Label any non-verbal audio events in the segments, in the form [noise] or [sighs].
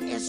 this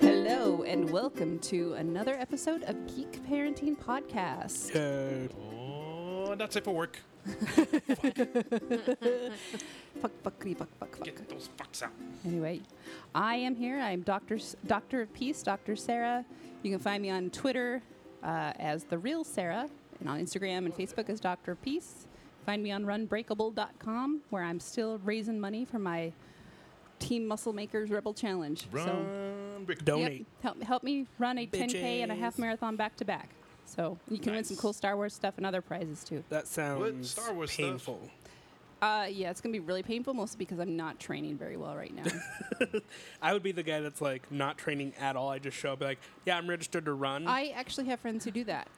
Hello, and welcome to another episode of Geek Parenting Podcast. Oh, that's it for work. Fuck, fuck, fuck, fuck, fuck. Get those fucks out. Anyway, I am here. I am Doctor S- Doctor of Peace, Doctor Sarah. You can find me on Twitter uh, as the real Sarah, and on Instagram and Facebook as Doctor of Peace. Find me on runbreakable.com, where I'm still raising money for my Team Muscle Makers Rebel Challenge. So Run, brick. yep, Donate. help help me run a 10k and a half Bitches. marathon back to back. So you can win some Nice. cool Star Wars stuff and other prizes too. That sounds Star Wars stuff? painful. Uh, yeah, it's gonna be really painful, mostly because I'm not training very well right now. I would be the guy that's like not training at all. I just show up like, yeah, I'm registered to run. I actually have friends who do that.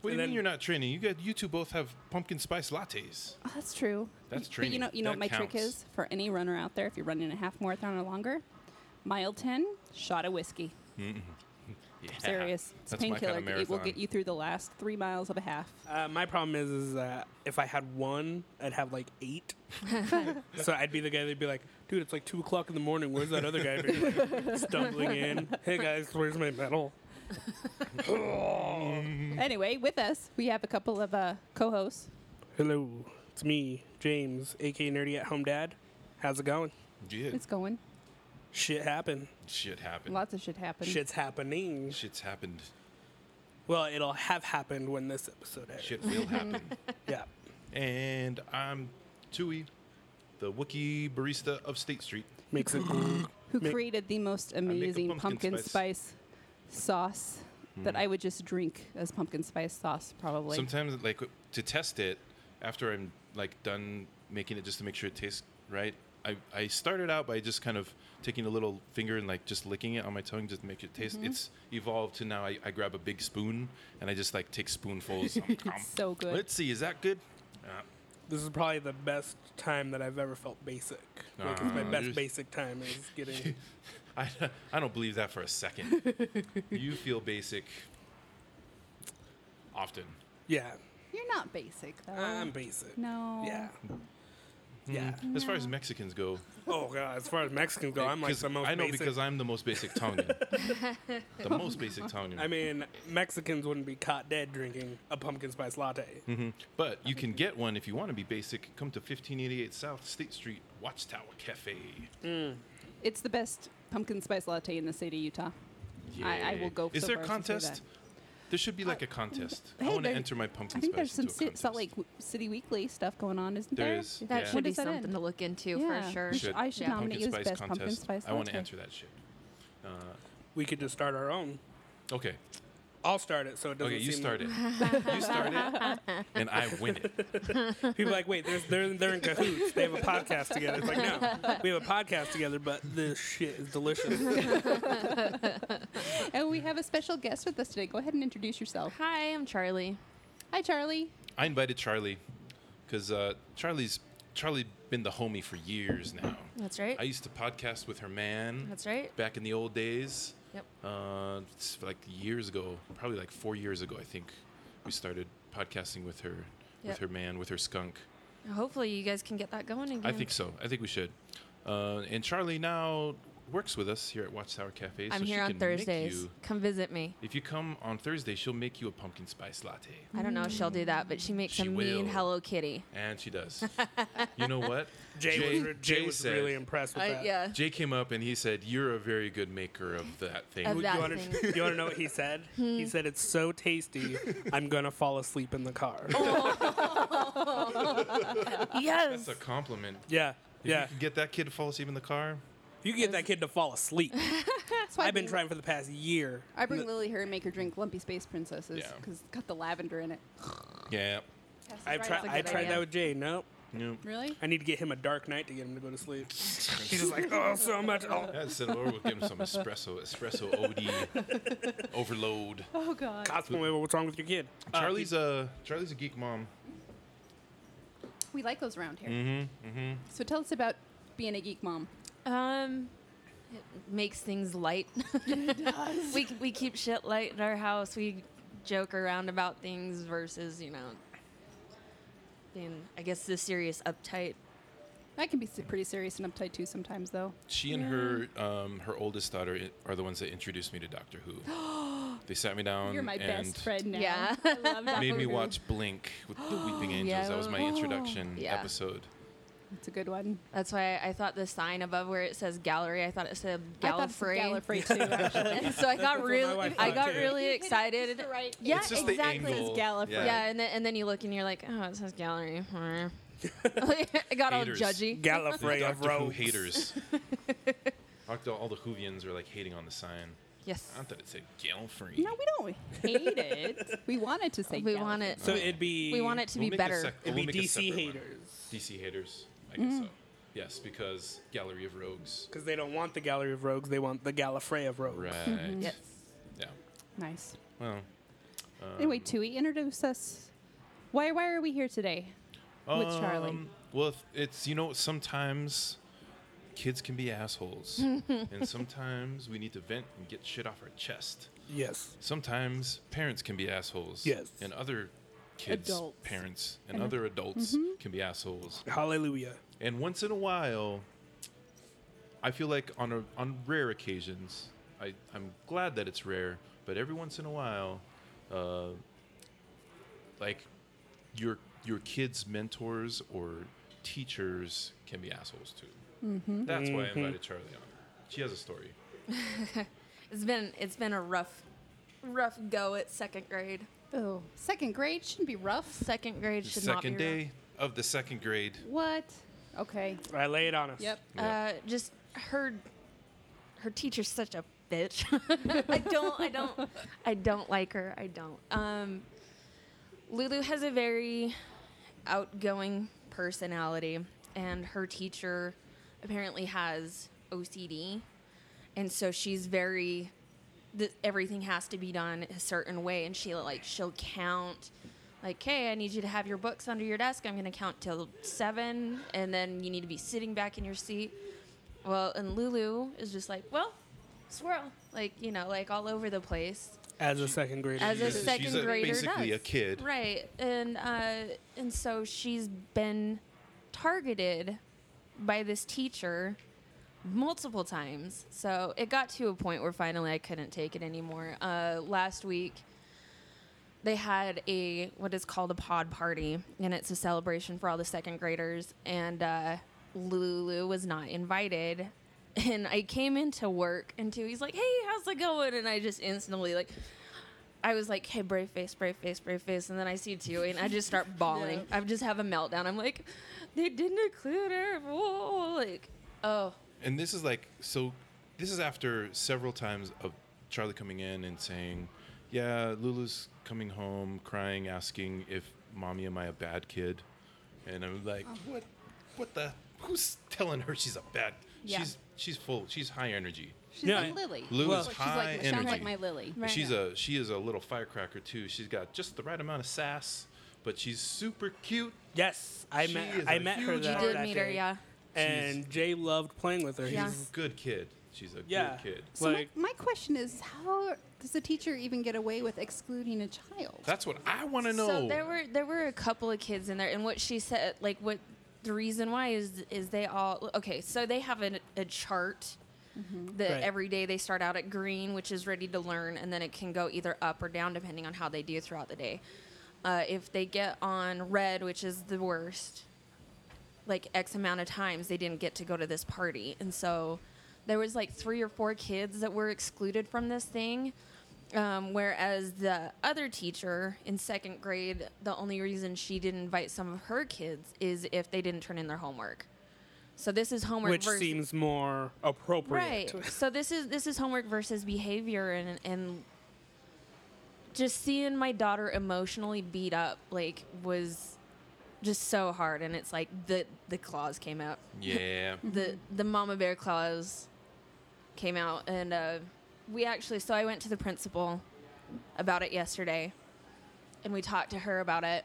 What do you And then- mean you're not training? You got you two both have pumpkin [laughs] spice lattes. Oh, that's true. That's But you know, training. you know That what my trick counts. is for any runner out there. If you're running a half marathon or longer, mile ten, shot of whiskey. Yeah. Serious, it's That's my kind painkiller. of it will marathon. get you through the last three miles of a half. uh, my problem is, is that if I had one, I'd have like [laughs] eight. so I'd be the guy that'd be like, dude, it's like two o'clock in the morning. Where's that other guy? Be like, [laughs] stumbling in. Hey guys, where's my medal? Mm. Anyway, with us we have a couple of uh, co-hosts. Hello, it's me, James, aka Nerdy at Home Dad. How's it going? Yeah, It's going. Shit happened. shit happened. Lots of shit happened. Shit's happening. Shit's happened. Well, it'll have happened when this episode airs. Shit will happen. [laughs] Yeah. and I'm Tui, the Wookiee barista of State Street. Makes [clears throat] it cool. Who Make- created the most a amazing pumpkin, pumpkin spice. spice. Mm-hmm. sauce that I would just drink as pumpkin spice sauce, probably. Sometimes, like to test it, after I'm like done making it, just to make sure it tastes right. I, I started out by just kind of taking a little finger and like just licking it on my tongue just to make it taste. It's evolved to now I, I grab a big spoon and I just like take spoonfuls. Um, um. so good. Let's see, is that good? Uh, This is probably the best time that I've ever felt basic. Like, it's my Ah, best you're- basic time [laughs] is getting. I, [laughs] I don't believe that for a second. you feel basic often. Yeah, You're not basic though. I'm basic. no. Yeah. Hmm. Yeah. As far as Mexicans go, Oh god, as far as Mexicans go, I'm like 'cause the most I know basic. because I'm the most basic [laughs] Tongan. the most basic Tongan. I mean, Mexicans wouldn't be caught dead drinking a pumpkin spice latte. Hmm. But you can get one if you want to be basic. Come to 1588 South State Street, Watchtower Cafe. It's the best pumpkin spice latte in the state of Utah. I, I will go. Is so there a far as to say contest? There should be like a contest. that. I Hey, want to there- enter my pumpkin I think spice there's some into a Ci- contest. Salt Lake W- City Weekly stuff going on, isn't There there? is, What That That Yeah. should be is that in? something to look into Yeah. for sure. We should- I should Yeah. nominate you as best pumpkin spice I want to latte. answer that shit. We could just start our own. Okay. I'll start it so it doesn't Okay, you seem start [laughs] it. you start [laughs] it, and I win it. People are like, wait, there's, they're, they're in cahoots. They have a podcast together. It's like, no, we have a podcast together, but this shit is delicious. And Oh, we have a special guest with us today. Go ahead and introduce yourself. Hi, I'm Charlie. Hi, Charlie. I invited Charlie because uh, Charlie's Charlie been the homie for years now. That's right. I used to podcast with her man. That's right. Back in the old days. Yep. Uh, it's like years ago, probably like four years ago, I think we started podcasting with her, with Yep. her man, with her skunk. Hopefully, you guys can get that going again. I think so. I think we should. Uh, and Charlie now works with us here at Watchtower Cafe. I'm so she here can on make Thursdays. you- Come visit me. if you come on Thursday, she'll make you a pumpkin spice latte. I don't know if she'll do that, but she makes She a mean will. Hello Kitty. And [laughs] she does. you know what? [laughs] Jay, was, re- Jay was said- really impressed with I- that. Uh, yeah. Jay came up and he said, "You're a very good maker of that thing." Of You that want to thing. you wanna know what he said? he said, It's so tasty, I'm going to fall asleep in the car. yes. That's a compliment. [laughs] Yeah, If yeah. You can get that kid to fall asleep in the car. You can get that kid to fall asleep. That's why I [laughs] I've been bring- trying for the past year. I bring Lily here and make her drink Lumpy Space Princesses Yeah. because it's got the lavender in it. Yeah. I've right, tried, that's a I good tried idea. that with Jay. Nope. Yeah. Really? I need to get him a dark night to get him to go to sleep. [laughs] He's just like, oh, so much. Oh, Yeah, send him over. We'll give him some espresso, espresso [laughs] OD overload. Uh, Oh God. Cosmo, what's wrong with your kid? Uh, Charlie's a Charlie's a geek mom. We like those around here. Mm-hmm, mm-hmm. So tell us about being a geek mom. Um, it makes things light. we we keep shit light in our house. We joke around about things versus you know being I guess the serious uptight. I can be s- pretty serious and uptight too sometimes, though. She and her Mm. um, her oldest daughter i- are the ones that introduced me to Doctor [gasps] Who. they sat me down. You're my Um, and best friend now. [laughs] Yeah. I love that. Made me movie. watch Blink with the [gasps] Weeping Angels. That was my introduction Yeah. episode. It's a good one. That's why I thought the sign above where it says gallery, I thought it said Gallifrey. I thought it was Gallifrey too. [laughs] Actually. and so I got my really wife I thought got too. really excited. Yeah, It's just the exactly. angle. It's Gallifrey. Yeah, and then and then you look and you're like, oh, it says [laughs] gallery. I got Haters. all judgy. The Gallifrey of Doctor Who Rhodes. [laughs] haters. Doctor, all the Whovians are like hating on the sign. Yes. Not that it said Gallifrey. No, we don't hate it. We wanted to say We Gallifrey. want it. So it'd be. We want it to Uh, be We'll make a better. Mm. sec- It'd be we'll make a DC separate one. haters. DC haters. I guess so. Yes, because Gallery of Rogues. Because they don't want the Gallery of Rogues, they want the Gallifrey of Rogues. Right. [laughs] yes. Yeah. Nice. Well. Anyway, Tui, introduce us. Why, why are we here today? With Charlie. Um, Well, if- it's you know sometimes kids can [laughs] be assholes, and sometimes we need to vent and get shit off our chest. Yes. Sometimes parents can be assholes. Yes. And other kids, Adults. parents, Uh-huh. and other adults Mm-hmm. can be assholes. Hallelujah. And once in a while, I feel like on a, on rare occasions, I, I'm glad that it's rare, but every once in a while, uh, like your your kids' mentors or teachers can be assholes too. Mm-hmm. That's why I invited Charlie on. She has a story. It's been it's been a rough rough go at second grade. Oh, second grade shouldn't be rough. Second grade should not be second rough. day of the second grade. What? Okay. I lay it on us. Yep. Uh, just her her teacher's such a bitch. [laughs] I don't I don't I don't like her. I don't. Um Lulu has a very outgoing personality and her teacher apparently has OCD and so she's very th- everything has to be done a certain way and she like she'll count like hey i need you to have your books under your desk i'm going to count till seven and then you need to be sitting back in your seat well and lulu is just like well swirl like you know like all over the place As a second grader. as a She's a- second she's a- grader basically does. a kid. right and uh, and so she's been targeted by this teacher multiple times so it got to a point where finally i couldn't take it anymore uh, last week they had a what is called a pod party and it's a celebration for all the second graders and uh, lulu was not invited and i came into work and Tui's like hey how's it going and i just instantly like I was like, hey, brave face, brave face, brave face. And then I see Tui and I just start bawling. I just have a meltdown. I'm like, they didn't include her. Whoa. Like, oh, And this is like so. This is after several times of Charlie coming in and saying, "Yeah, Lulu's coming home, crying, asking if mommy am I a bad kid," and I'm like, Uh-huh. "What? What the? Who's telling her she's a bad? Yeah. She's she's full. She's high energy. She's Yeah, like I- Lily. Lulu's Well- She's like- She's high like, energy. sounds like my Lily. Right. She's a she is a little firecracker too. She's got just the right amount of sass, but she's super cute. yes. I She met is I a met her huge that, you did that meet day. her, yeah. And Jay loved playing with her. Yeah. He's Good kid. She's a yeah. good kid. So Like my, my question is, how does a teacher even get away with excluding a child? That's what I want to know. So there were there were a couple of kids in there, and what she said, like what the reason why is is they all okay. So they have an, a chart that Right. every day they start out at green, which is ready to learn, and then it can go either up or down depending on how they do throughout the day. Uh, if they get on red, which is the worst, like X amount of times they didn't get to go to this party. And so there was like three or four kids that were excluded from this thing. Um, whereas the other teacher in second grade, the only reason she didn't invite some of her kids is if they didn't turn in their homework. So this is homework which versus seems more appropriate. right. so this is this is homework versus behavior and and just seeing my daughter emotionally beat up like was just so hard, and it's like the the claws came out. Yeah. [laughs] the the mama bear claws came out and uh, we actually so i went to the principal about it yesterday and we talked to her about it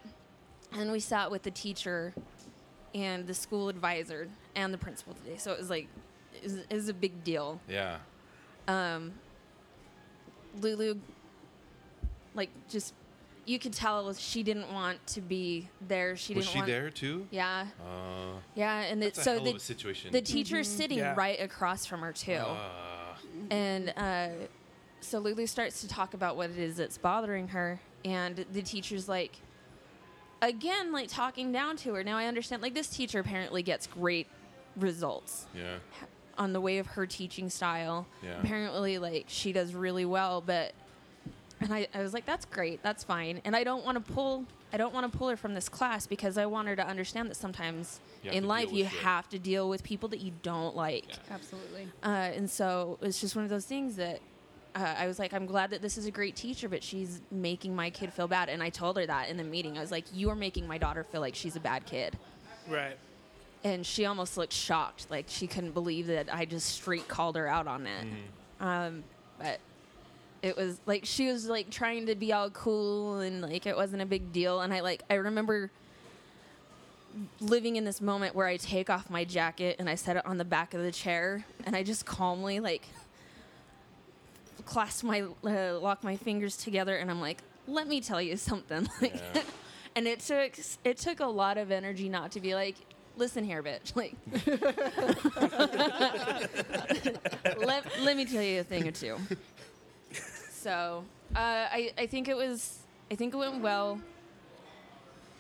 and we sat with the teacher and the school advisor and the principal today so it was like it was, it was a big deal yeah. lulu like just you could tell she didn't want to be there she Was didn't she want there too? yeah Uh, yeah and it's that's a so hell the, of a situation. the teacher's sitting Yeah. right across from her too uh, And uh, so Lulu starts to talk about what it is that's bothering her, and the teacher's like, again, like talking down to her. Now I understand, like, this teacher apparently gets great results yeah. on the way of her teaching style. Yeah. Apparently, like, she does really well, but. And I, I was like, that's great, that's fine. And I don't want to pull. I don't want to pull her from this class because I want her to understand that sometimes You have in to life deal you with shit. have to deal with people that you don't like. Absolutely. Uh, and so it's just one of those things that uh, I was like, I'm glad that this is a great teacher, but she's making my kid feel bad. And I told her that in the meeting. I was like, You are making my daughter feel like she's a bad kid. Right. And she almost looked shocked. Like she couldn't believe that I just straight called her out on it. Um, but it was like she was like trying to be all cool and like it wasn't a big deal. And I like, I remember living in this moment where I take off my jacket and I set it on the back of the chair and I just calmly like clasp my uh, lock my fingers together and I'm like, let me tell you something. [laughs] Like, Yeah. and it took it took a lot of energy not to be like, listen here, bitch. Like, [laughs] let let me tell you a thing or two. So uh, I I think it was I think it went well.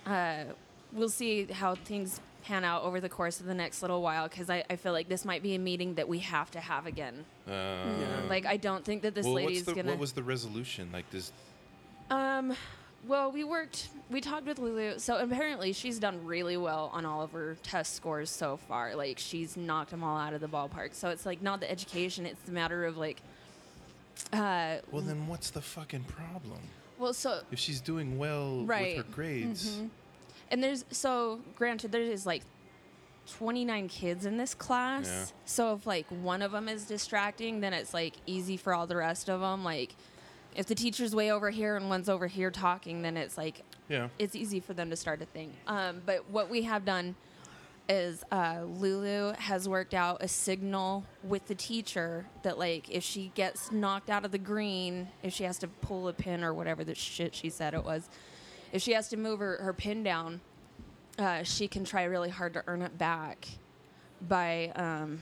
Uh, we'll see how things pan out over the course of the next little while because I, I feel like this might be a meeting that we have to have again. Uh, Like I don't think that this well, what's lady's the, gonna. what was the resolution? Like, does um, well, we worked. We talked with Lulu. So apparently, she's done really well on all of her test scores so far. Like she's knocked them all out of the ballpark. So it's like not the education; it's the matter of like. Uh, well, then what's the fucking problem? well, so If she's doing well Right. Mm-hmm. with her grades, and there's so granted there is like 29 kids in this class Yeah. so if like one of them is distracting then it's like easy for all the rest of them like if the teacher's way over here and one's over here talking then it's like yeah, it's easy for them to start a thing. Um, but what we have done is uh, Lulu has worked out a signal with the teacher that like if she gets knocked out of the green, if she has to pull a pin or whatever the shit she said it was, if she has to move her, her pin down, uh, she can try really hard to earn it back by um,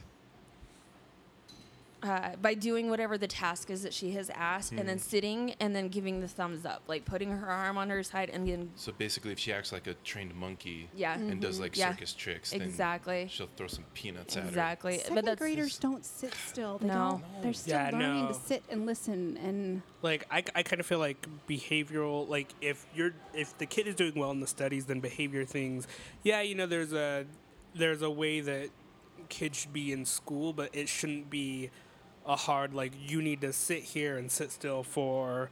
uh, by doing whatever the task is that she has asked, and then sitting and then giving the thumbs up, like putting her arm on her side and then So basically, if she acts like a trained monkey Yeah. Mm-hmm. and does like Yeah. circus tricks, then Exactly. she'll throw some peanuts at her. exactly. but Second that's graders don't sit still. They No. don't. They're still Yeah, learning no. to sit and listen. And Like I, I kind of feel like behavioral. Like if you're if the kid is doing well in the studies, then behavior things. Yeah, you know, there's a there's a way that kids should be in school, but it shouldn't be a hard like you need to sit here and sit still for.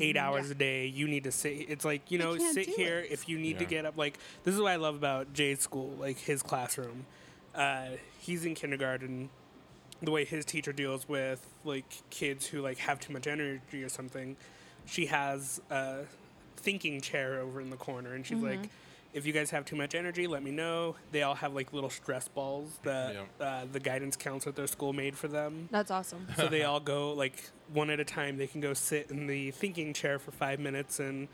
Eight hours a day. You need to sit. It's like you know, Mm-hmm. can't sit do here if you need to Yeah. get up. Like this is what I love about Jay's school, like his classroom. Uh, he's in kindergarten, the way his teacher deals with like kids who like have too much energy or something she has a thinking chair over in the corner and she's like if you guys have too much energy let me know they all have like little stress balls that Yeah. uh, the guidance counselor at their school made for them that's awesome. so [laughs] they all go like one at a time they can go sit in the thinking chair for five minutes and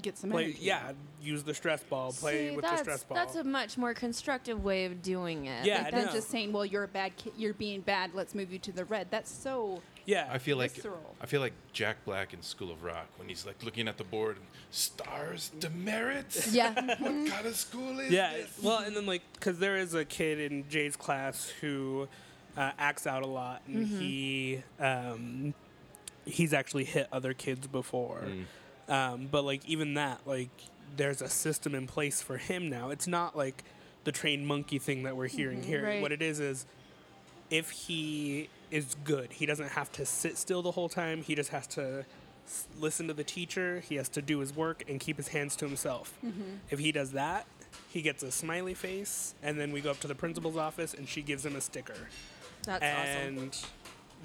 get some play energy. yeah use the stress ball [laughs] play See, with the that's, stress ball that's a much more constructive way of doing it. Yeah. Like I them know. just saying, "Well, you're a bad kid. You're being bad. Let's move you to the red." That's so. yeah I feel like Visceral. I feel like Jack Black in School of Rock when he's like looking at the board, stars [laughs] demerits. yeah. Mm-hmm. what kind of school is Yeah, this? well, and then like, because there is a kid in Jay's class who uh, acts out a lot, and Mm-hmm. he um, he's actually hit other kids before. Mm. Um, but like, even that, like, there's a system in place for him now. It's not like the trained monkey thing that we're hearing here. right. What it is is if he is good, he doesn't have to sit still the whole time. He just has to s- listen to the teacher. He has to do his work and keep his hands to himself. If he does that, He gets a smiley face, and then we go up to the principal's office, and she gives him a sticker. That's and awesome.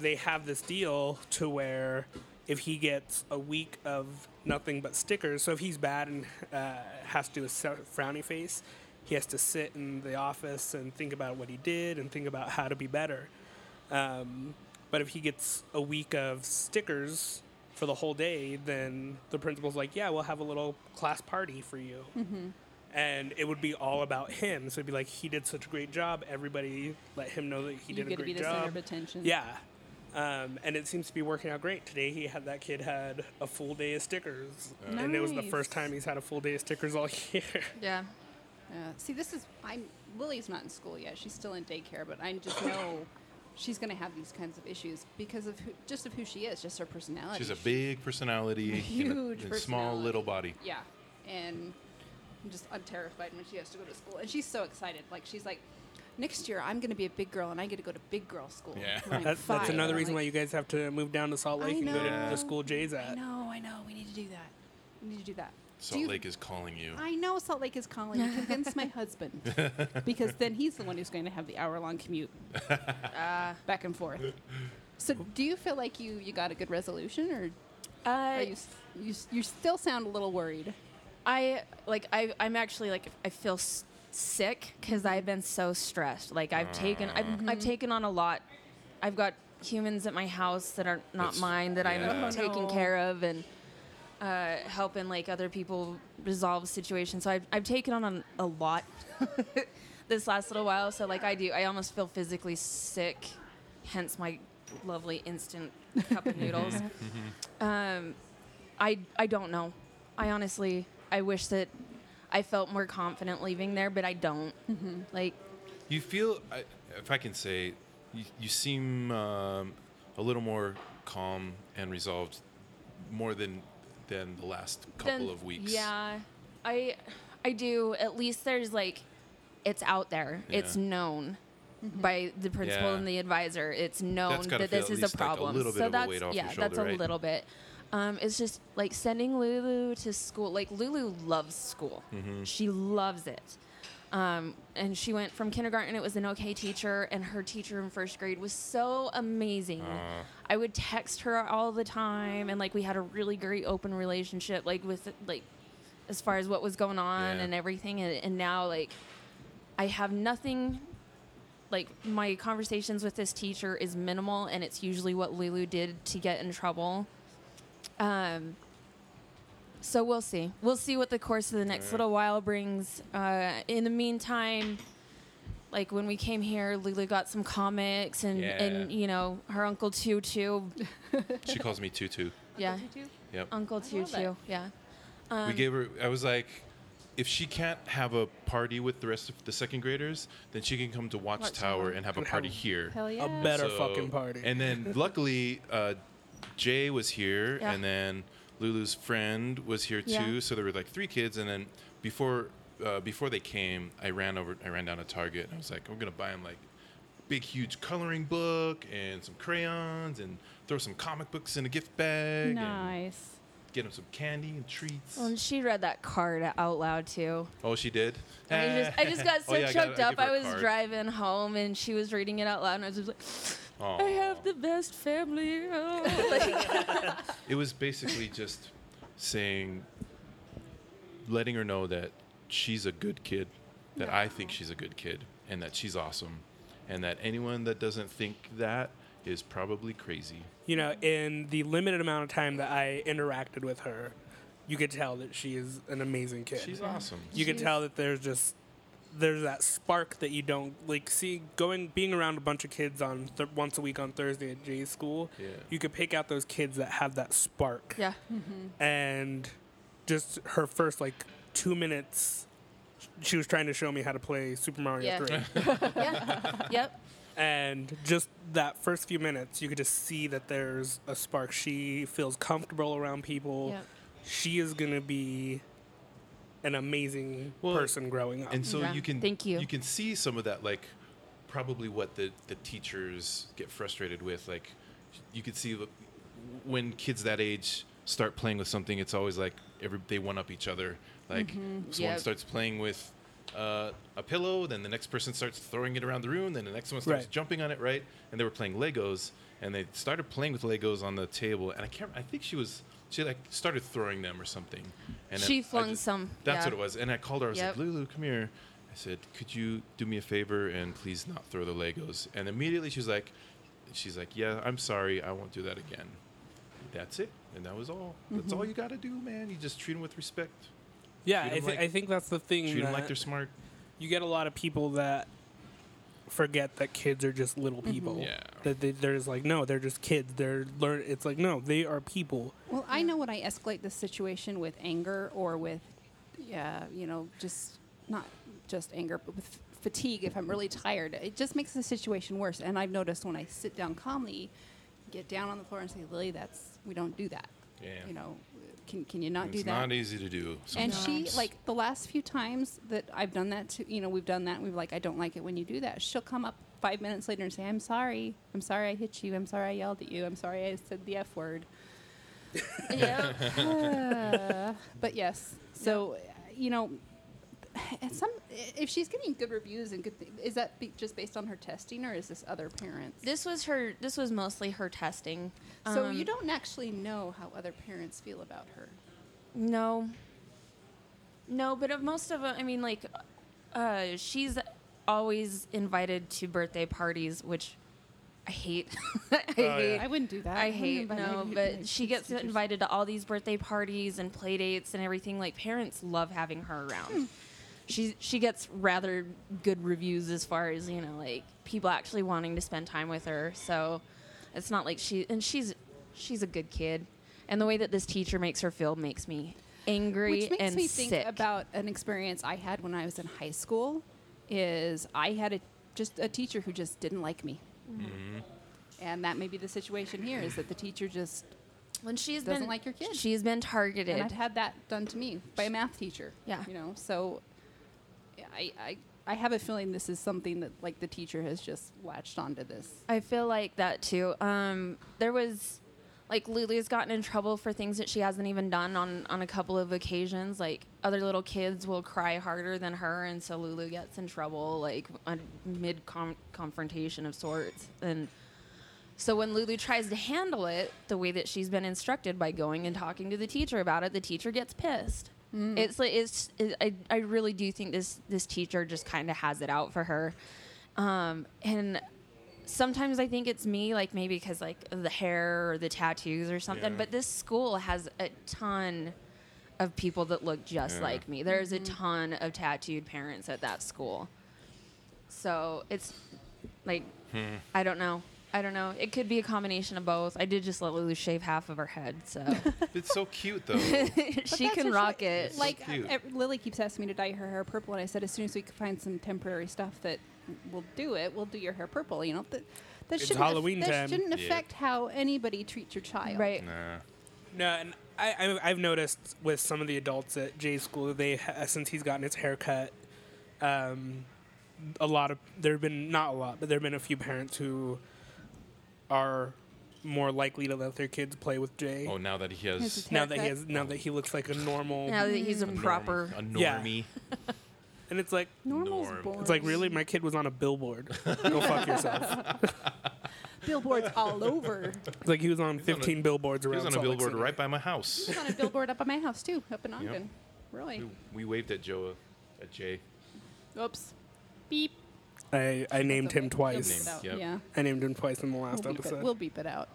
they have this deal to where if he gets a week of nothing but stickers, so if he's bad and uh, has to do a so- frowny face, he has to sit in the office and think about what he did and think about how to be better. Um, but if he gets a week of stickers for the whole day, then the principal's like, "Yeah, we'll have a little class party for you." Mm-hmm. And it would be all about him. So it'd be like, he did such a great job. Everybody let him know that he you did a get to be great the center job. of attention. Yeah. Um, and it seems to be working out great. Today he had that kid had a full day of stickers, and it was the Nice. first time he's had a full day of stickers all [laughs] year. yeah. Uh, see, this is I'm Lily's not in school yet. She's still in daycare, but I just know she's going to have these kinds of issues because of who, just of who she is, just her personality. She's a big personality, in a- huge in a small personality. little body. Yeah, and I'm just I'm terrified when she has to go to school, and she's so excited. Like she's like, next year I'm going to be a big girl, and I get to go to big girl school. Yeah. when I'm That, [laughs] that's five." another I'm reason why like, you guys have to move down to Salt I Lake and go to know. the school Jay's I at. know, I know. We need to do that. We need to do that. Do Salt you- Lake is calling you. I know Salt Lake is calling. Convince my husband, because then he's the one who's going to have the hour-long commute back and forth. So, do you feel like you you got a good resolution, or are Uh, you s- you s- you still sound a little worried? I like I I'm actually like I feel s- sick because I've been so stressed. Like I've taken I've, I've taken on a lot. I've got humans at my house that are not That's- mine that yeah. I'm Oh, taking no. care of and uh, helping like other people resolve situations. So I've I've taken on an- a lot [laughs] this last little while. So like I do I almost feel physically sick. Hence my lovely instant cup of noodles. Um, I I don't know. I honestly I wish that I felt more confident leaving there, but I don't. Like You feel, I, if I can say, you, you seem um, a little more calm and resolved, more than than the last couple then- of weeks. Yeah, I I do. At least there's like it's out there. It's Yeah. known by the principal Yeah. and the advisor. It's known That's gotta that this feel at is least, a like, a problem. little bit so of a that's weight off your yeah, that's shoulder, a right? little bit. Um, it's just like sending Lulu to school. Like Lulu loves school. Mm-hmm. She loves it. Um, and she went from kindergarten. It was an okay teacher, and her teacher in first grade was so amazing. I would text her all the time, and like we had a really great open relationship, like with like as far as what was going on Yeah. and everything. And, and now like I have nothing. Like my conversations with this teacher is minimal, and it's usually what Lulu did to get in trouble. Um, so we'll see. We'll see what the course of the next little while brings. Uh, in the meantime, like when we came here, Lulu got some comics and, Yeah. and you know, her Uncle Tutu. [laughs] She calls me Tutu. yeah. Yep. Uncle I love Tutu. it. Yeah. we gave her. I was like, if she can't have a party with the rest of the second graders, then she can come to Watchtower Watchtower. and have a And have party a- here. Hell yeah! A better fucking party. [laughs] And then luckily, uh, Jay was here, Yeah. and then Lulu's friend was here too. Yeah. So there were like three kids, and then before uh, before they came, I ran over, I ran down to Target, and I was like, I'm gonna buy them like big huge coloring book and some crayons, and throw some comic books in a gift bag, and Nice. get them some candy and treats. Well, and she read that card out loud [laughs] too. oh, she did. I just, I just got so [laughs] Oh, yeah, I gotta- choked I up. give her I a was card. driving home and she was reading it out loud, and I was just like, I have Aw. the best family. [laughs] oh." Like, It was basically just saying, letting her know that she's a good kid, that I think she's a good kid, and that she's awesome, and that anyone that doesn't think that is probably crazy. You know, in the limited amount of time that I interacted with her, you could tell that she is an amazing kid. She's awesome. you can tell that there's just there's that spark that you don't like see going being around a bunch of kids on th- once a week on Thursday at Jay's school. Yeah. You could pick out those kids that have that spark. yeah. And just her first like 2 minutes she was trying to show me how to play Super Mario Yeah. [laughs] 3. Yeah. Yep. and just that first few minutes you could just see that there's a spark. She feels comfortable around people. Yep. She is going to be an amazing Well, person growing up. And so Yeah. you can Thank you. you can see some of that like probably what the the teachers get frustrated with like you could see the- when kids that age start playing with something it's always like every they one up each other like someone Mm-hmm. Yep. starts playing with uh, a pillow, then the next person starts throwing it around the room, then the next one starts Right. jumping on it, right? And they were playing Legos, and they started playing with Legos on the table, and I can't. I think she was she like started throwing them or something. And She I- I flung some, That's yeah. what it was. And I called her. I was Yep. like, Lulu, come here. I said, could you do me a favor and please not throw the Legos? And immediately she was like, she's like, yeah, I'm sorry, I won't do that again. That's it, and that was all. That's Mm-hmm. all you got to do, man. You just treat them with respect. Yeah, I, Treat 'em th- like- I think that's the thing. Treat them like that- they're smart. you get a lot of people that forget that kids are just little people. Yeah. That they, they're just like, no, they're just kids. They're learn. It's like, no, they are people. Well, I know when I escalate this situation with anger or with, yeah, you know, just not just anger, but with fatigue. If I'm really tired, it just makes the situation worse. And I've noticed when I sit down calmly, get down on the floor and say, "Lily, that's we don't do that." Yeah. You know, can can you not do it's that? not e- easy to do. And sometimes. she like the last few times that I've done that to you know we've done that and we've like I don't like it when you do that. She'll come up five minutes later and say I'm sorry, I'm sorry I hit you, I'm sorry I yelled at you, I'm sorry I said the f word. [laughs] Yeah. But yes, so uh, you know, and some if she's getting good reviews and good thi- is that be just based on her testing or is this other parents? this was her. This was mostly her testing. so Um, you don't actually know how other parents feel about her. No. No, but of most of 'em- I mean, like, uh, she's always invited to birthday parties, which I hate. [laughs] I hate. I wouldn't do that. I wouldn't hate invite no, my- my but she gets kids to do- invited to all these birthday parties and play dates and everything. Like parents love having her Hmm. around. She she gets rather good reviews as far as you know, like people actually wanting to spend time with her. So it's not like she and she's she's a good kid, and the way that this teacher makes her feel makes me angry Which makes and me sick. think about an experience I had when I was in high school. Is I had a just a teacher who just didn't like me, and that may be the situation here. Is that the teacher just when she's doesn't been like your kid. She's been and targeted. I've had that done to me by a math teacher. Yeah. you know, so I I, I have a feeling this is something that like the teacher has just latched onto this. I feel like that too. Um, there was like Lulu's gotten in trouble for things that she hasn't even done on on a couple of occasions. Like other little kids will cry harder than her, and so Lulu gets in trouble like mid confrontation of sorts. And so when Lulu tries to handle it the way that she's been instructed by going and talking to the teacher about it, the teacher gets pissed. It's like it's it, I I really do think this this teacher just kind of has it out for her. Um, and sometimes I think it's me, like maybe because like of the hair or the tattoos or something. Yeah. But this school has a ton of people that look just Yeah. like me. There's Mm-hmm. a ton of tattooed parents at that school, so it's like Hmm. I don't know. I don't know. It could be a combination of both. I did just let Lulu shave half of her head, [laughs] so it's so cute though. she can rock it. Like so cute. uh, Lily keeps asking me to dye her hair purple, and I said as soon as we can find some temporary stuff that will do it, we'll do your hair purple. You know that that It's shouldn't af- Halloween that time. shouldn't Yeah. affect how anybody treats your child. right. nah. No, and I, I I've noticed with some of the adults at Jay's school, they ha- since he's gotten his haircut, um, a lot of there have been not a lot, but there have been a few parents who are more likely to let their kids play with Jay Oh, now that he has Hesitate. now that he haircut. has now that he looks like a normal, Now that he's a Mm-hmm. a norm- proper a Yeah. normie. and it's like Normal's Norm. boring. it's like really my kid was on a billboard. Go [laughs] fuck yourself. [laughs] billboards all over. It's like he was on on a- 15 billboards He around. was on a Salt Lake billboard City. right by my house. [laughs] There's on a billboard up at my house too, up in Ogden. Really? we, we waved at Joe, at Jay. Oops. Beep. I, I named him Okay. You'll beep twice. it out. Yep. Yeah. I named him twice in the last We'll beep, it. episode. we'll beep it out.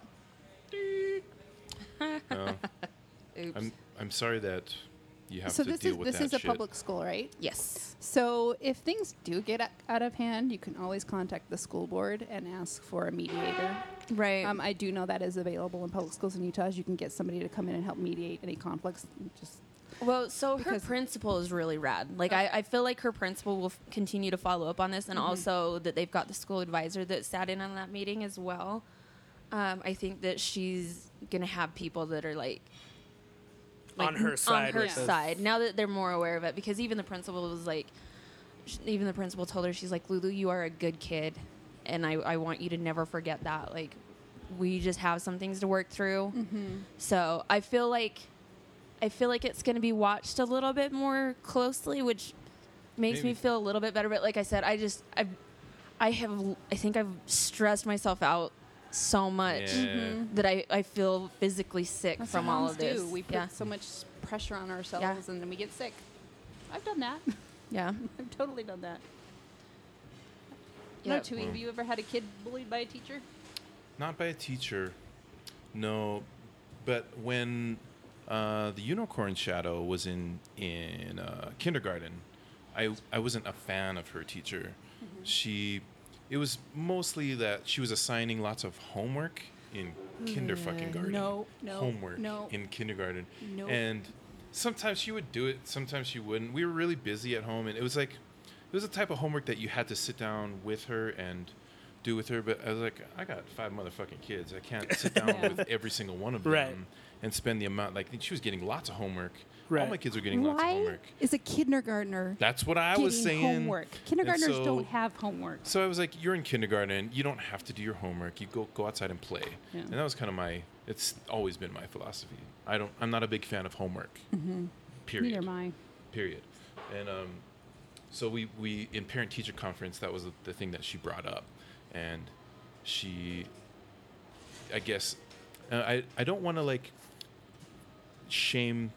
Oops. I'm I'm sorry that you have So to this deal is with this that is a shit. public school, right? yes. So if things do get o- out of hand, you can always contact the school board and ask for a mediator. Right. Um, I do know that is available in public schools in Utah. is You can get somebody to come in and help mediate any conflicts. Just Well, so her Because- principal is really rad. Like, I, I feel like her principal will f- continue to follow up on this, and also that they've got the school advisor that sat in on that meeting as well. Um, I think that she's gonna have people that are like, On her side On her with this. side. Now that they're more aware of it, because even the principal was like, sh- even the principal told her, she's like, Lulu, you are a good kid, and I, I want you to never forget that. Like, we just have some things to work through. Mm-hmm. So I feel like I feel like it's going to be watched a little bit more closely, which makes me Maybe. feel a little bit better. But like I said, I just I, I have I think I've stressed myself out so much mm-hmm. Yeah. that I, I feel physically sick That's from what all moms of this. Do. We put yeah. so much pressure on ourselves and then we get sick. I've done that. [laughs] yeah. I've totally done that. Yep. No, Mm. Tui, have you ever had a kid bullied by a teacher? Not by a teacher. No, but when uh, the unicorn shadow was in in uh, kindergarten, I I wasn't a fan of her teacher. Mm-hmm. She, it was mostly that she was assigning lots of homework in kinder fucking garden. no, no, homework no. in kindergarten. No. And sometimes she would do it, sometimes she wouldn't. We were really busy at home, and it was like it was a type of homework that you had to sit down with her and do with her. But I was like, I got five motherfucking kids. I can't [laughs] sit down Yeah. with every single one of them Right. and spend the amount. Like she was getting lots of homework. All Right. my kids are getting lots of homework. is a kindergartner That's what I was saying. homework? And Kindergartners so- don't have homework. so I was like, "You're in kindergarten. You don't have to do your homework. You go go outside and play." Yeah. And that was kind of my. It's always been my philosophy. I don't. I'm not a big fan of homework. Period. Mm-hmm. Neither am I. Period. And um, so we we in parent teacher conference that was the, the thing that she brought up, and she, I guess, uh, I I don't want to like shame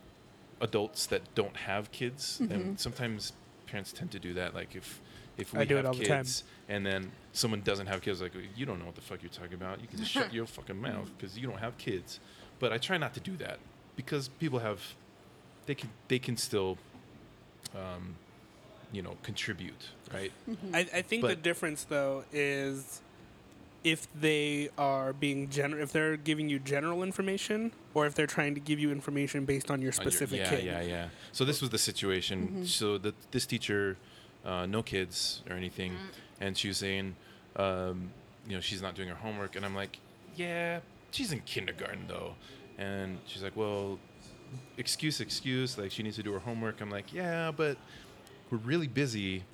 adults that don't have kids, and sometimes parents tend to do that. Like if if we I do it have all the time. kids and then someone doesn't have kids, like you don't know what the fuck you're talking about. You can just shut your fucking mouth because you don't have kids. But I try not to do that because people have, they can they can still, um, you know, contribute, right? I, I think the But- difference though is if they are being general, if they're giving you general information, or if they're trying to give you information based on your on your- specific yeah, kid. Mm-hmm. Yeah, yeah, So this was the situation. So the, this teacher, uh, no kids or anything, Mm. and she was saying, um, you know, she's not doing her homework, and I'm like, yeah, she's in kindergarten though, and she's like, well, excuse, excuse, like she needs to do her homework. I'm like, yeah, but we're really busy.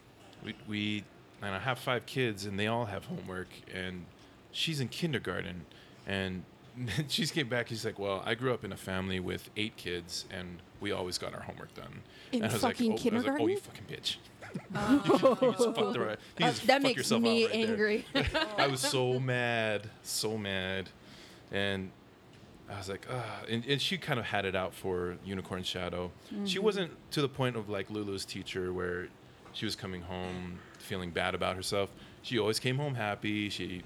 We, we and I have five kids, and they all have homework, and she's in kindergarten, and [laughs] she's came back. She's like, "Well, I grew up in a family with eight kids, and we always got our homework done." In and I was fucking like, oh, and I was like, "Oh, you kindergarten? Oh. Uh, fucking bitch!" [laughs] you just fucked the right- you just that fucked makes yourself me out right there. angry. [laughs] I was so mad, so mad, and I was like, ah. And, and she kind of had it out for Unicorn Shadow. She wasn't to the point of like Lulu's teacher where she was coming home feeling bad about herself. She always came home happy. She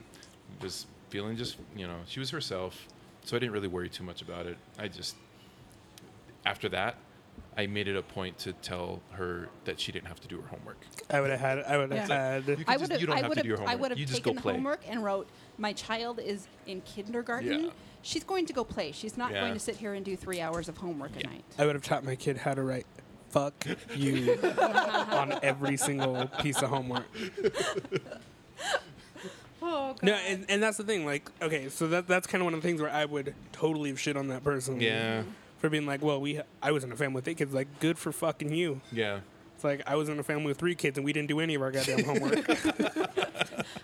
was feeling just, you know, she was herself. So I didn't really worry too much about it. I just, after that, I made it a point to tell her that she didn't have to do her homework. I would have had. I would have Yeah. had. You I just- would have. you don't I have to would have. do your I homework. would have You just go taken the play. homework and wrote, "My child is in kindergarten. Yeah. She's going to go play. She's not Yeah. going to sit here and do three hours of homework a night." I would have taught my kid how to write "fuck [laughs] you" on every single piece of homework. Oh No, and, and that's the thing. Like, okay, so that that's kind of one of the things where I would totally have shit on that person. Yeah. For being like, well, we I was in a family with eight kids. Like, good for fucking you. Yeah. It's like I was in a family with three kids and we didn't do any of our [laughs] goddamn homework.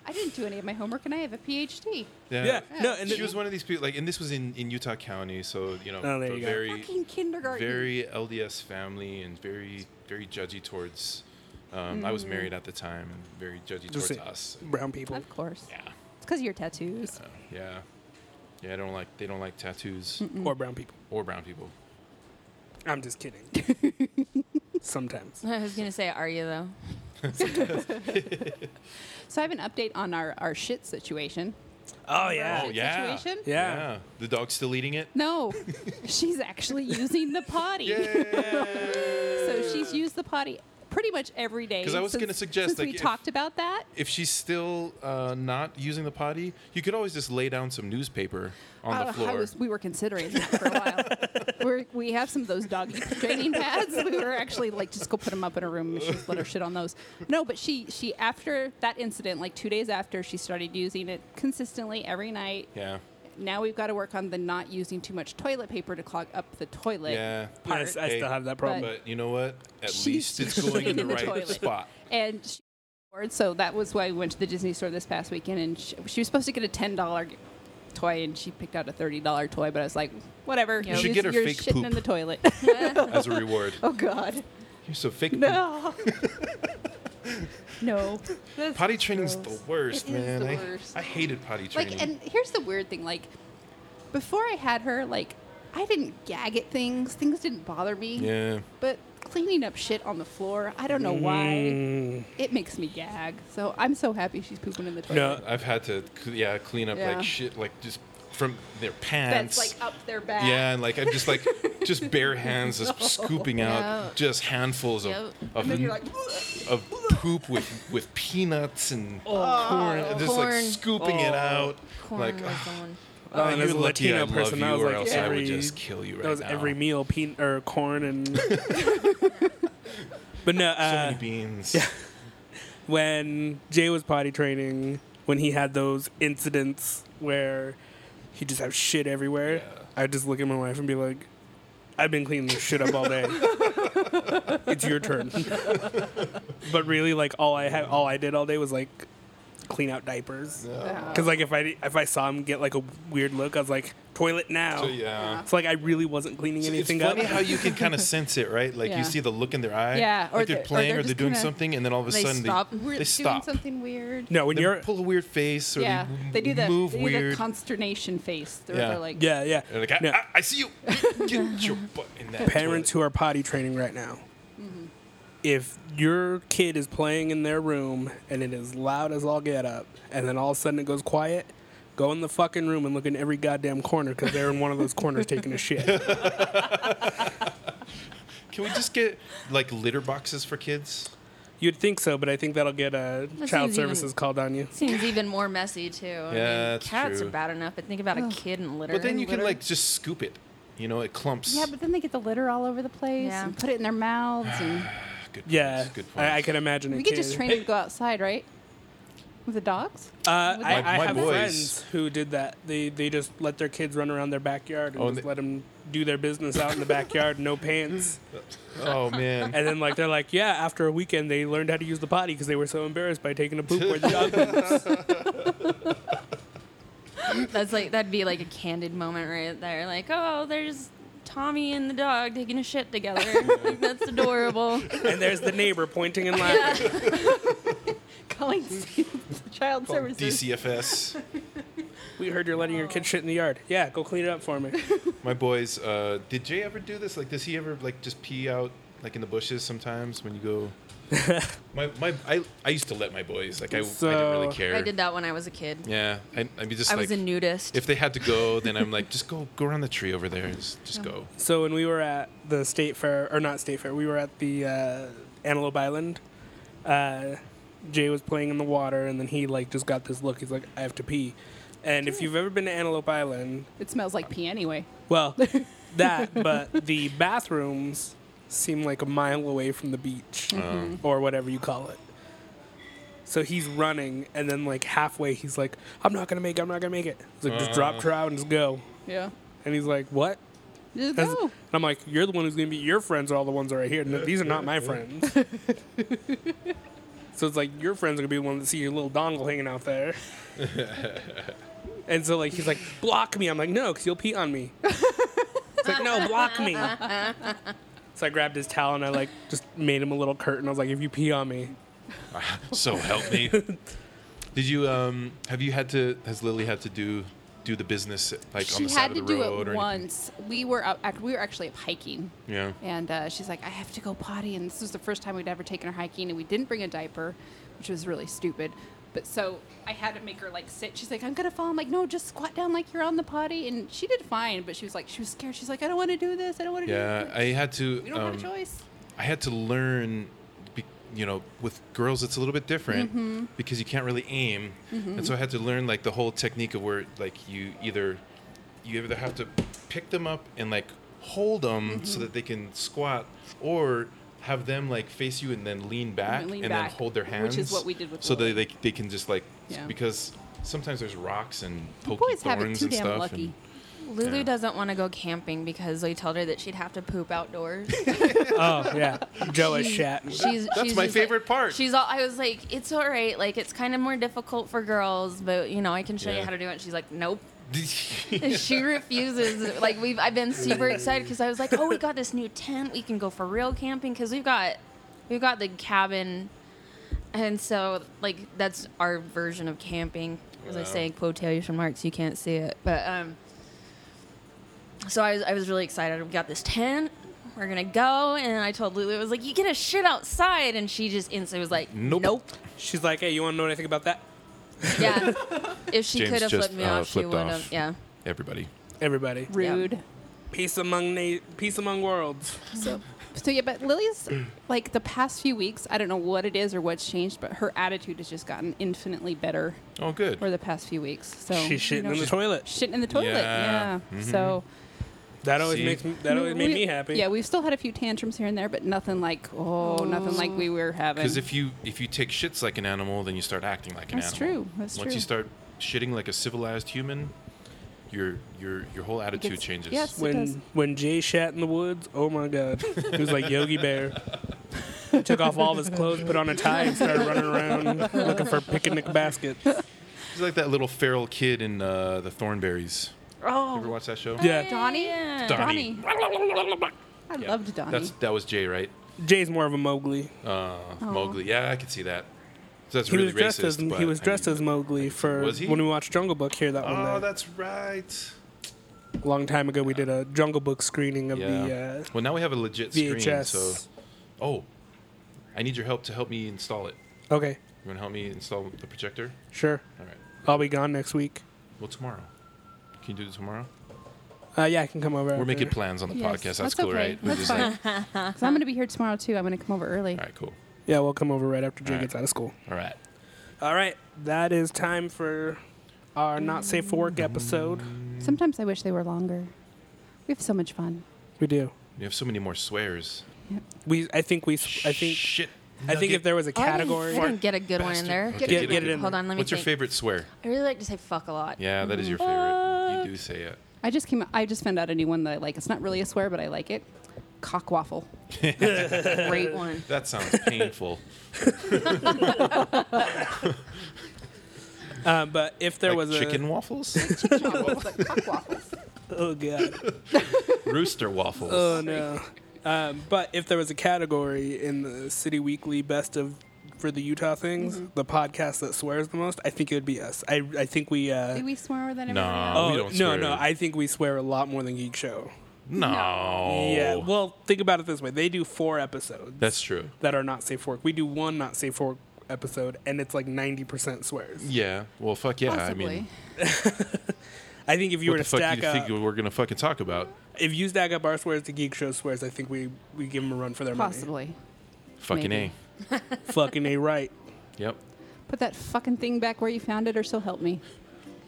I didn't do any of my homework, and I have a PhD. yeah. No, [laughs] and she was one of these people, like, and this was in, in Utah County, so you know, Oh, there a you go. very Fucking kindergarten. very LDS family and very very judgy towards. Um, I was Mm. married at the time and very judgy Just towards say- us. brown people. of course. Yeah, It's because of your tattoos. yeah, yeah. I don't like they don't like tattoos Mm. Or brown people. or brown people. I'm just [laughs] kidding. Sometimes. [laughs] Oh, I was gonna say, are you though? So I have an update on our our shit situation. Oh Oh yeah, Situation? Yeah. The dog's still eating it. [laughs] No, she's actually using the potty. So she's used the potty pretty much every day. 'Cause I was since- gonna suggest, since like, we if- talked about that. [laughs] If she's still uh, not using the potty, you could always just lay down some newspaper on Oh, the floor. I was, we were considering that for a [laughs] while. We're, we have some of those doggy [laughs] training pads. We were actually like, just go put them up in her room and just let her shit on those. No, but she she after that incident, like two days after, she started using it consistently every night. yeah, Now we've got to work on the not using too much toilet paper to clog up the toilet. yeah. I, s- I Hey, still have that problem. But you know what? At She's least it's going in the, in the right toilet. [laughs] spot. and she bored, so that was why we went to the Disney store this past weekend, and she, she was supposed to get a ten dollar toy, and she picked out a thirty dollar toy, but I was like, whatever, You should just- get her you're [laughs] fake shitting in poop. the toilet. as a reward. oh God. You're so fake. No. no. That's Potty training's gross. the worst, It is man. the I, worst. I hated potty training. Like, and here's the weird thing. Like, before I had her, like, I didn't gag at things. Things didn't bother me. yeah. But cleaning up shit on the floor, I don't know Mm. why. It makes me gag. So I'm so happy she's pooping in the toilet. No, I've had to, cl- yeah, clean up Yeah. like shit, like just from their pants. That's like oh, up their back. Yeah, and like I'm just like just [laughs] bare hands, just scooping out Yeah. just handfuls of Yep. of, And then you're like, of poop with with peanuts and Oh, corn, and just like Corn. scooping it out. Corn like [sighs] was ugh, the one. oh, and you're as a lucky Latino I love person, you, that was or like else I every- would just kill you right that was now. every meal, peanut or corn [laughs] and. [laughs] but no, So uh, many beans. when Jay was potty training, when he had those incidents where he just have shit everywhere, I'd just look at my wife and be like, I've been cleaning this shit up all [laughs] day. it's your turn. but really, like all I had, all I did all day was like clean out diapers. Because like if I di- if I saw him get like a weird look, I was like, toilet now. So, yeah. So like I really wasn't cleaning It's anything funny up. how you can kind of sense it, right? Like Yeah. you see the look in their eye, Yeah, or like they're they're- or playing or they're they're, just doing kinda- something, and then all of a They sudden stop. they, We're they doing stop. something weird. no, when They you're pull a weird face, or Yeah, they they, do the, move they do weird. the consternation face. They're, Yeah. they're like, yeah, yeah. They're like, I, No. I, I see you. Get [laughs] your butt in that. parents toilet. who are potty training right now, Mm-hmm. if your kid is playing in their room and it is loud as all get up, and then all of a sudden it goes quiet, go in the fucking room and look in every goddamn corner because they're in one of those corners taking a shit. [laughs] Can we just get like litter boxes for kids? You'd think so, but I think that'll get uh, That child seems even- services called on you. Seems even more messy too. Yeah, I mean, Yeah, that's cats true. are bad enough, but think about a kid in litter. But then you Litter. can like just scoop it. You know, it clumps. yeah, but then they get the litter all over the place Yeah. and put it in their mouths. And Ah, good points, Yeah, good point. I, I can imagine. a we could just kid- train them to go outside, right? With the dogs. [laughs] Uh, I, with I My- my have boys- friends who did that. They they just let their kids run around their backyard and Oh, just they- let them do their business out in [laughs] the backyard, no pants. [laughs] Oh man. And then like they're like, yeah. After a weekend, they learned how to use the potty because they were so embarrassed by taking a poop where the dog poops. That's like that'd be like a candid moment right there. Like, oh, there's Tommy and the dog taking a shit [laughs] together. like, that's adorable. And there's the neighbor pointing and laughing. Calling child services. DCFS. We heard you're letting your kid shit in the yard. Yeah, go clean it up for me. My boys. Uh, did Jay ever do this? Like, does he ever like just pee out like in the bushes sometimes when you go? my my I, I used to let my boys. Like I, I didn't So- really care. I did that when I was a kid. Yeah. I I mean just I like was a nudist. if they had to go, then I'm like just go go around the tree over there. Just just go. So when we were at the state fair, or not state fair, we were at the uh, Antelope Island. Uh, Jay was playing in the water, and then he like just got this look. He's like, I have to pee. And if you've ever been to Antelope Island, It smells like pee anyway. well, that, but the bathrooms seem like a mile away from the beach or whatever you call it. So he's running, and then like halfway, he's like, "I'm not gonna make it. I'm not gonna make it." He's like, "Just drop trout and just go." Yeah. And he's like, "What?" Just That's- go. And I'm like, "You're the one who's gonna be. Your friends are all the ones that are here. No, these are not my friends." [laughs] so it's like your friends are gonna be the one that see your little dongle hanging out there. and so like he's like, "Block me." I'm like, "No, because you'll pee on me." It's like, "No, block [laughs] me." So I grabbed his towel and I like just made him a little curtain. I was like, "If you pee on me, So help me. Did you um have you had to has Lily had to do do the business like on She the side had of to the do road it or anything? once. We were out, act- we were actually up hiking. Yeah. And uh, she's like, I have to go potty. And this was the first time we'd ever taken her hiking, and we didn't bring a diaper, which was really stupid. But so I had to make her like sit. She's like, I'm gonna fall. I'm like, no, just squat down like you're on the potty. And she did fine, but she was like, she was scared. She's like, I don't want to do this. I don't want to Yeah, do this. I had to we don't um, have a choice. I had to learn, be, you know, with girls it's a little bit different Mm-hmm. because you can't really aim, and so I had to learn like the whole technique of where like you either you either have to pick them up and like hold them Mm-hmm. so that they can squat, or have them like face you and then lean back lean and then back, hold their hands, which is what we did with so they, Lily. they they can just like s- Yeah. because sometimes there's rocks and pokey Boys have it thorns too and damn stuff. lucky. and- Lulu Yeah. doesn't want to go camping because I told her that she'd have to poop [laughs] outdoors. oh [laughs] yeah, Joe is shat." she's That's she's my just like- favorite part. She's all I was like, it's all right. Like it's kind of more difficult for girls, but you know I can show you Yeah. [laughs] how to do it. And she's like, nope, she refuses. Like we've, I've been super excited because I was like, oh, we got this new tent. We can go for real camping because we've got, we've got the cabin, and so like that's our version of camping. As I Wow. say in quotation marks, you can't see it, but um. So I was, I was really excited. We got this tent. We're gonna go, and I told Lulu, I was like, "You get a shit outside," and she just instantly was like, [laughs] Nope. nope. She's like, hey, you want to know anything about that? Yeah. If she James could have just, flipped me uh, off, she flipped would have. off. Yeah. Everybody. Everybody, Rude. peace among na- peace among worlds. So, so yeah, but Lily's like the past few weeks. I don't know what it is or what's changed, but her attitude has just gotten infinitely better Oh, good. over the past few weeks. So She's you shitting know, in the toilet. shitting in the toilet. Yeah. Yeah. So That always See? makes me, that always made we- me happy. Yeah, we've still had a few tantrums here and there, but nothing like oh, nothing like we were having. Because if you if you take shits like an animal, then you start acting like an That's animal. true. That's Once true. you start shitting like a civilized human, your your your whole attitude gets- changes. yes. it does. when when Jay shat in the woods, oh my god, it was like Yogi Bear. He took off all of his clothes, put on a tie, and started running around looking for picnic baskets. He's like that little feral kid in uh, the Thornberries. You ever oh, watch that show? Yeah, Donnie, Yeah. Donnie. Donnie, I loved Donnie. That's that was Jay, right? Jay's more of a Mowgli. Uh, Mowgli. Yeah, I could see that. So that's He really was dressed racist. as but, he was I dressed mean- as Mowgli for Was he? when we watched Jungle Book here that one Oh, day. that's right. a long time ago. We did a Jungle Book screening of Yeah. the uh, well, now we have a legit screen. VHS. So, oh, I need your help to help me install it. Okay, You want to help me install the projector? sure. All right. I'll be gone next week. Well, tomorrow. Can you do it tomorrow? Uh, yeah, I can come over. We're after. making plans on the Yes, podcast. That's, that's cool, okay. right? We're That's just like, fine. So I'm gonna be here tomorrow too. I'm gonna come over early. all right, cool. Yeah, we'll come over right after Jay All right. gets out of school. All right. All right, that is time for our not safe for work episode. Sometimes I wish they were longer. We have so much fun. We do. We have so many more swears. We I think we I think Shit. I think if there was a I didn't- category, I didn't get a good one in bastard. there. Okay, Get- get it in Hold there. on, let me What's your think. favorite swear? I really like to say fuck a lot. Yeah, that is your favorite. You do say it. I just came. I just found out a new one that I like. It's not really a swear, but I like it. Cock waffle. Great one. That sounds painful. uh, but if there Like was chicken waffles, cock waffles. a oh god, rooster waffles. oh no. Um, but if there was a category in the City Weekly Best of for the Utah things, the podcast that swears the most, I think it would be us. I I think we. Uh, Did we swear with anyone? Nah. oh we don't no swear. no, I think we swear a lot more than Geek Show. no. Yeah, well think about it this way: they do four episodes that's true. that are not safe for work. We do one not safe for work episode, and it's like ninety percent swears. Yeah. Well, fuck yeah. Possibly. I mean, I think if you what were to the fuck do stack you up, think we're gonna fucking talk about? if you stack up our swears to Geek Show swears, I think we, we give them a run for their Possibly. Fucking Maybe. money. Fucking a right. a. Yep. Put that fucking thing back where you found it, or so help me.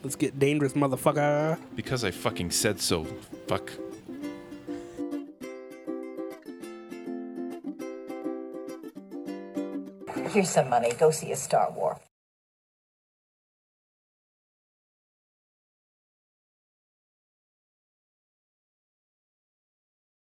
Let's get dangerous, motherfucker. Because I fucking said so. Fuck. Here's some money. Go see a Star War.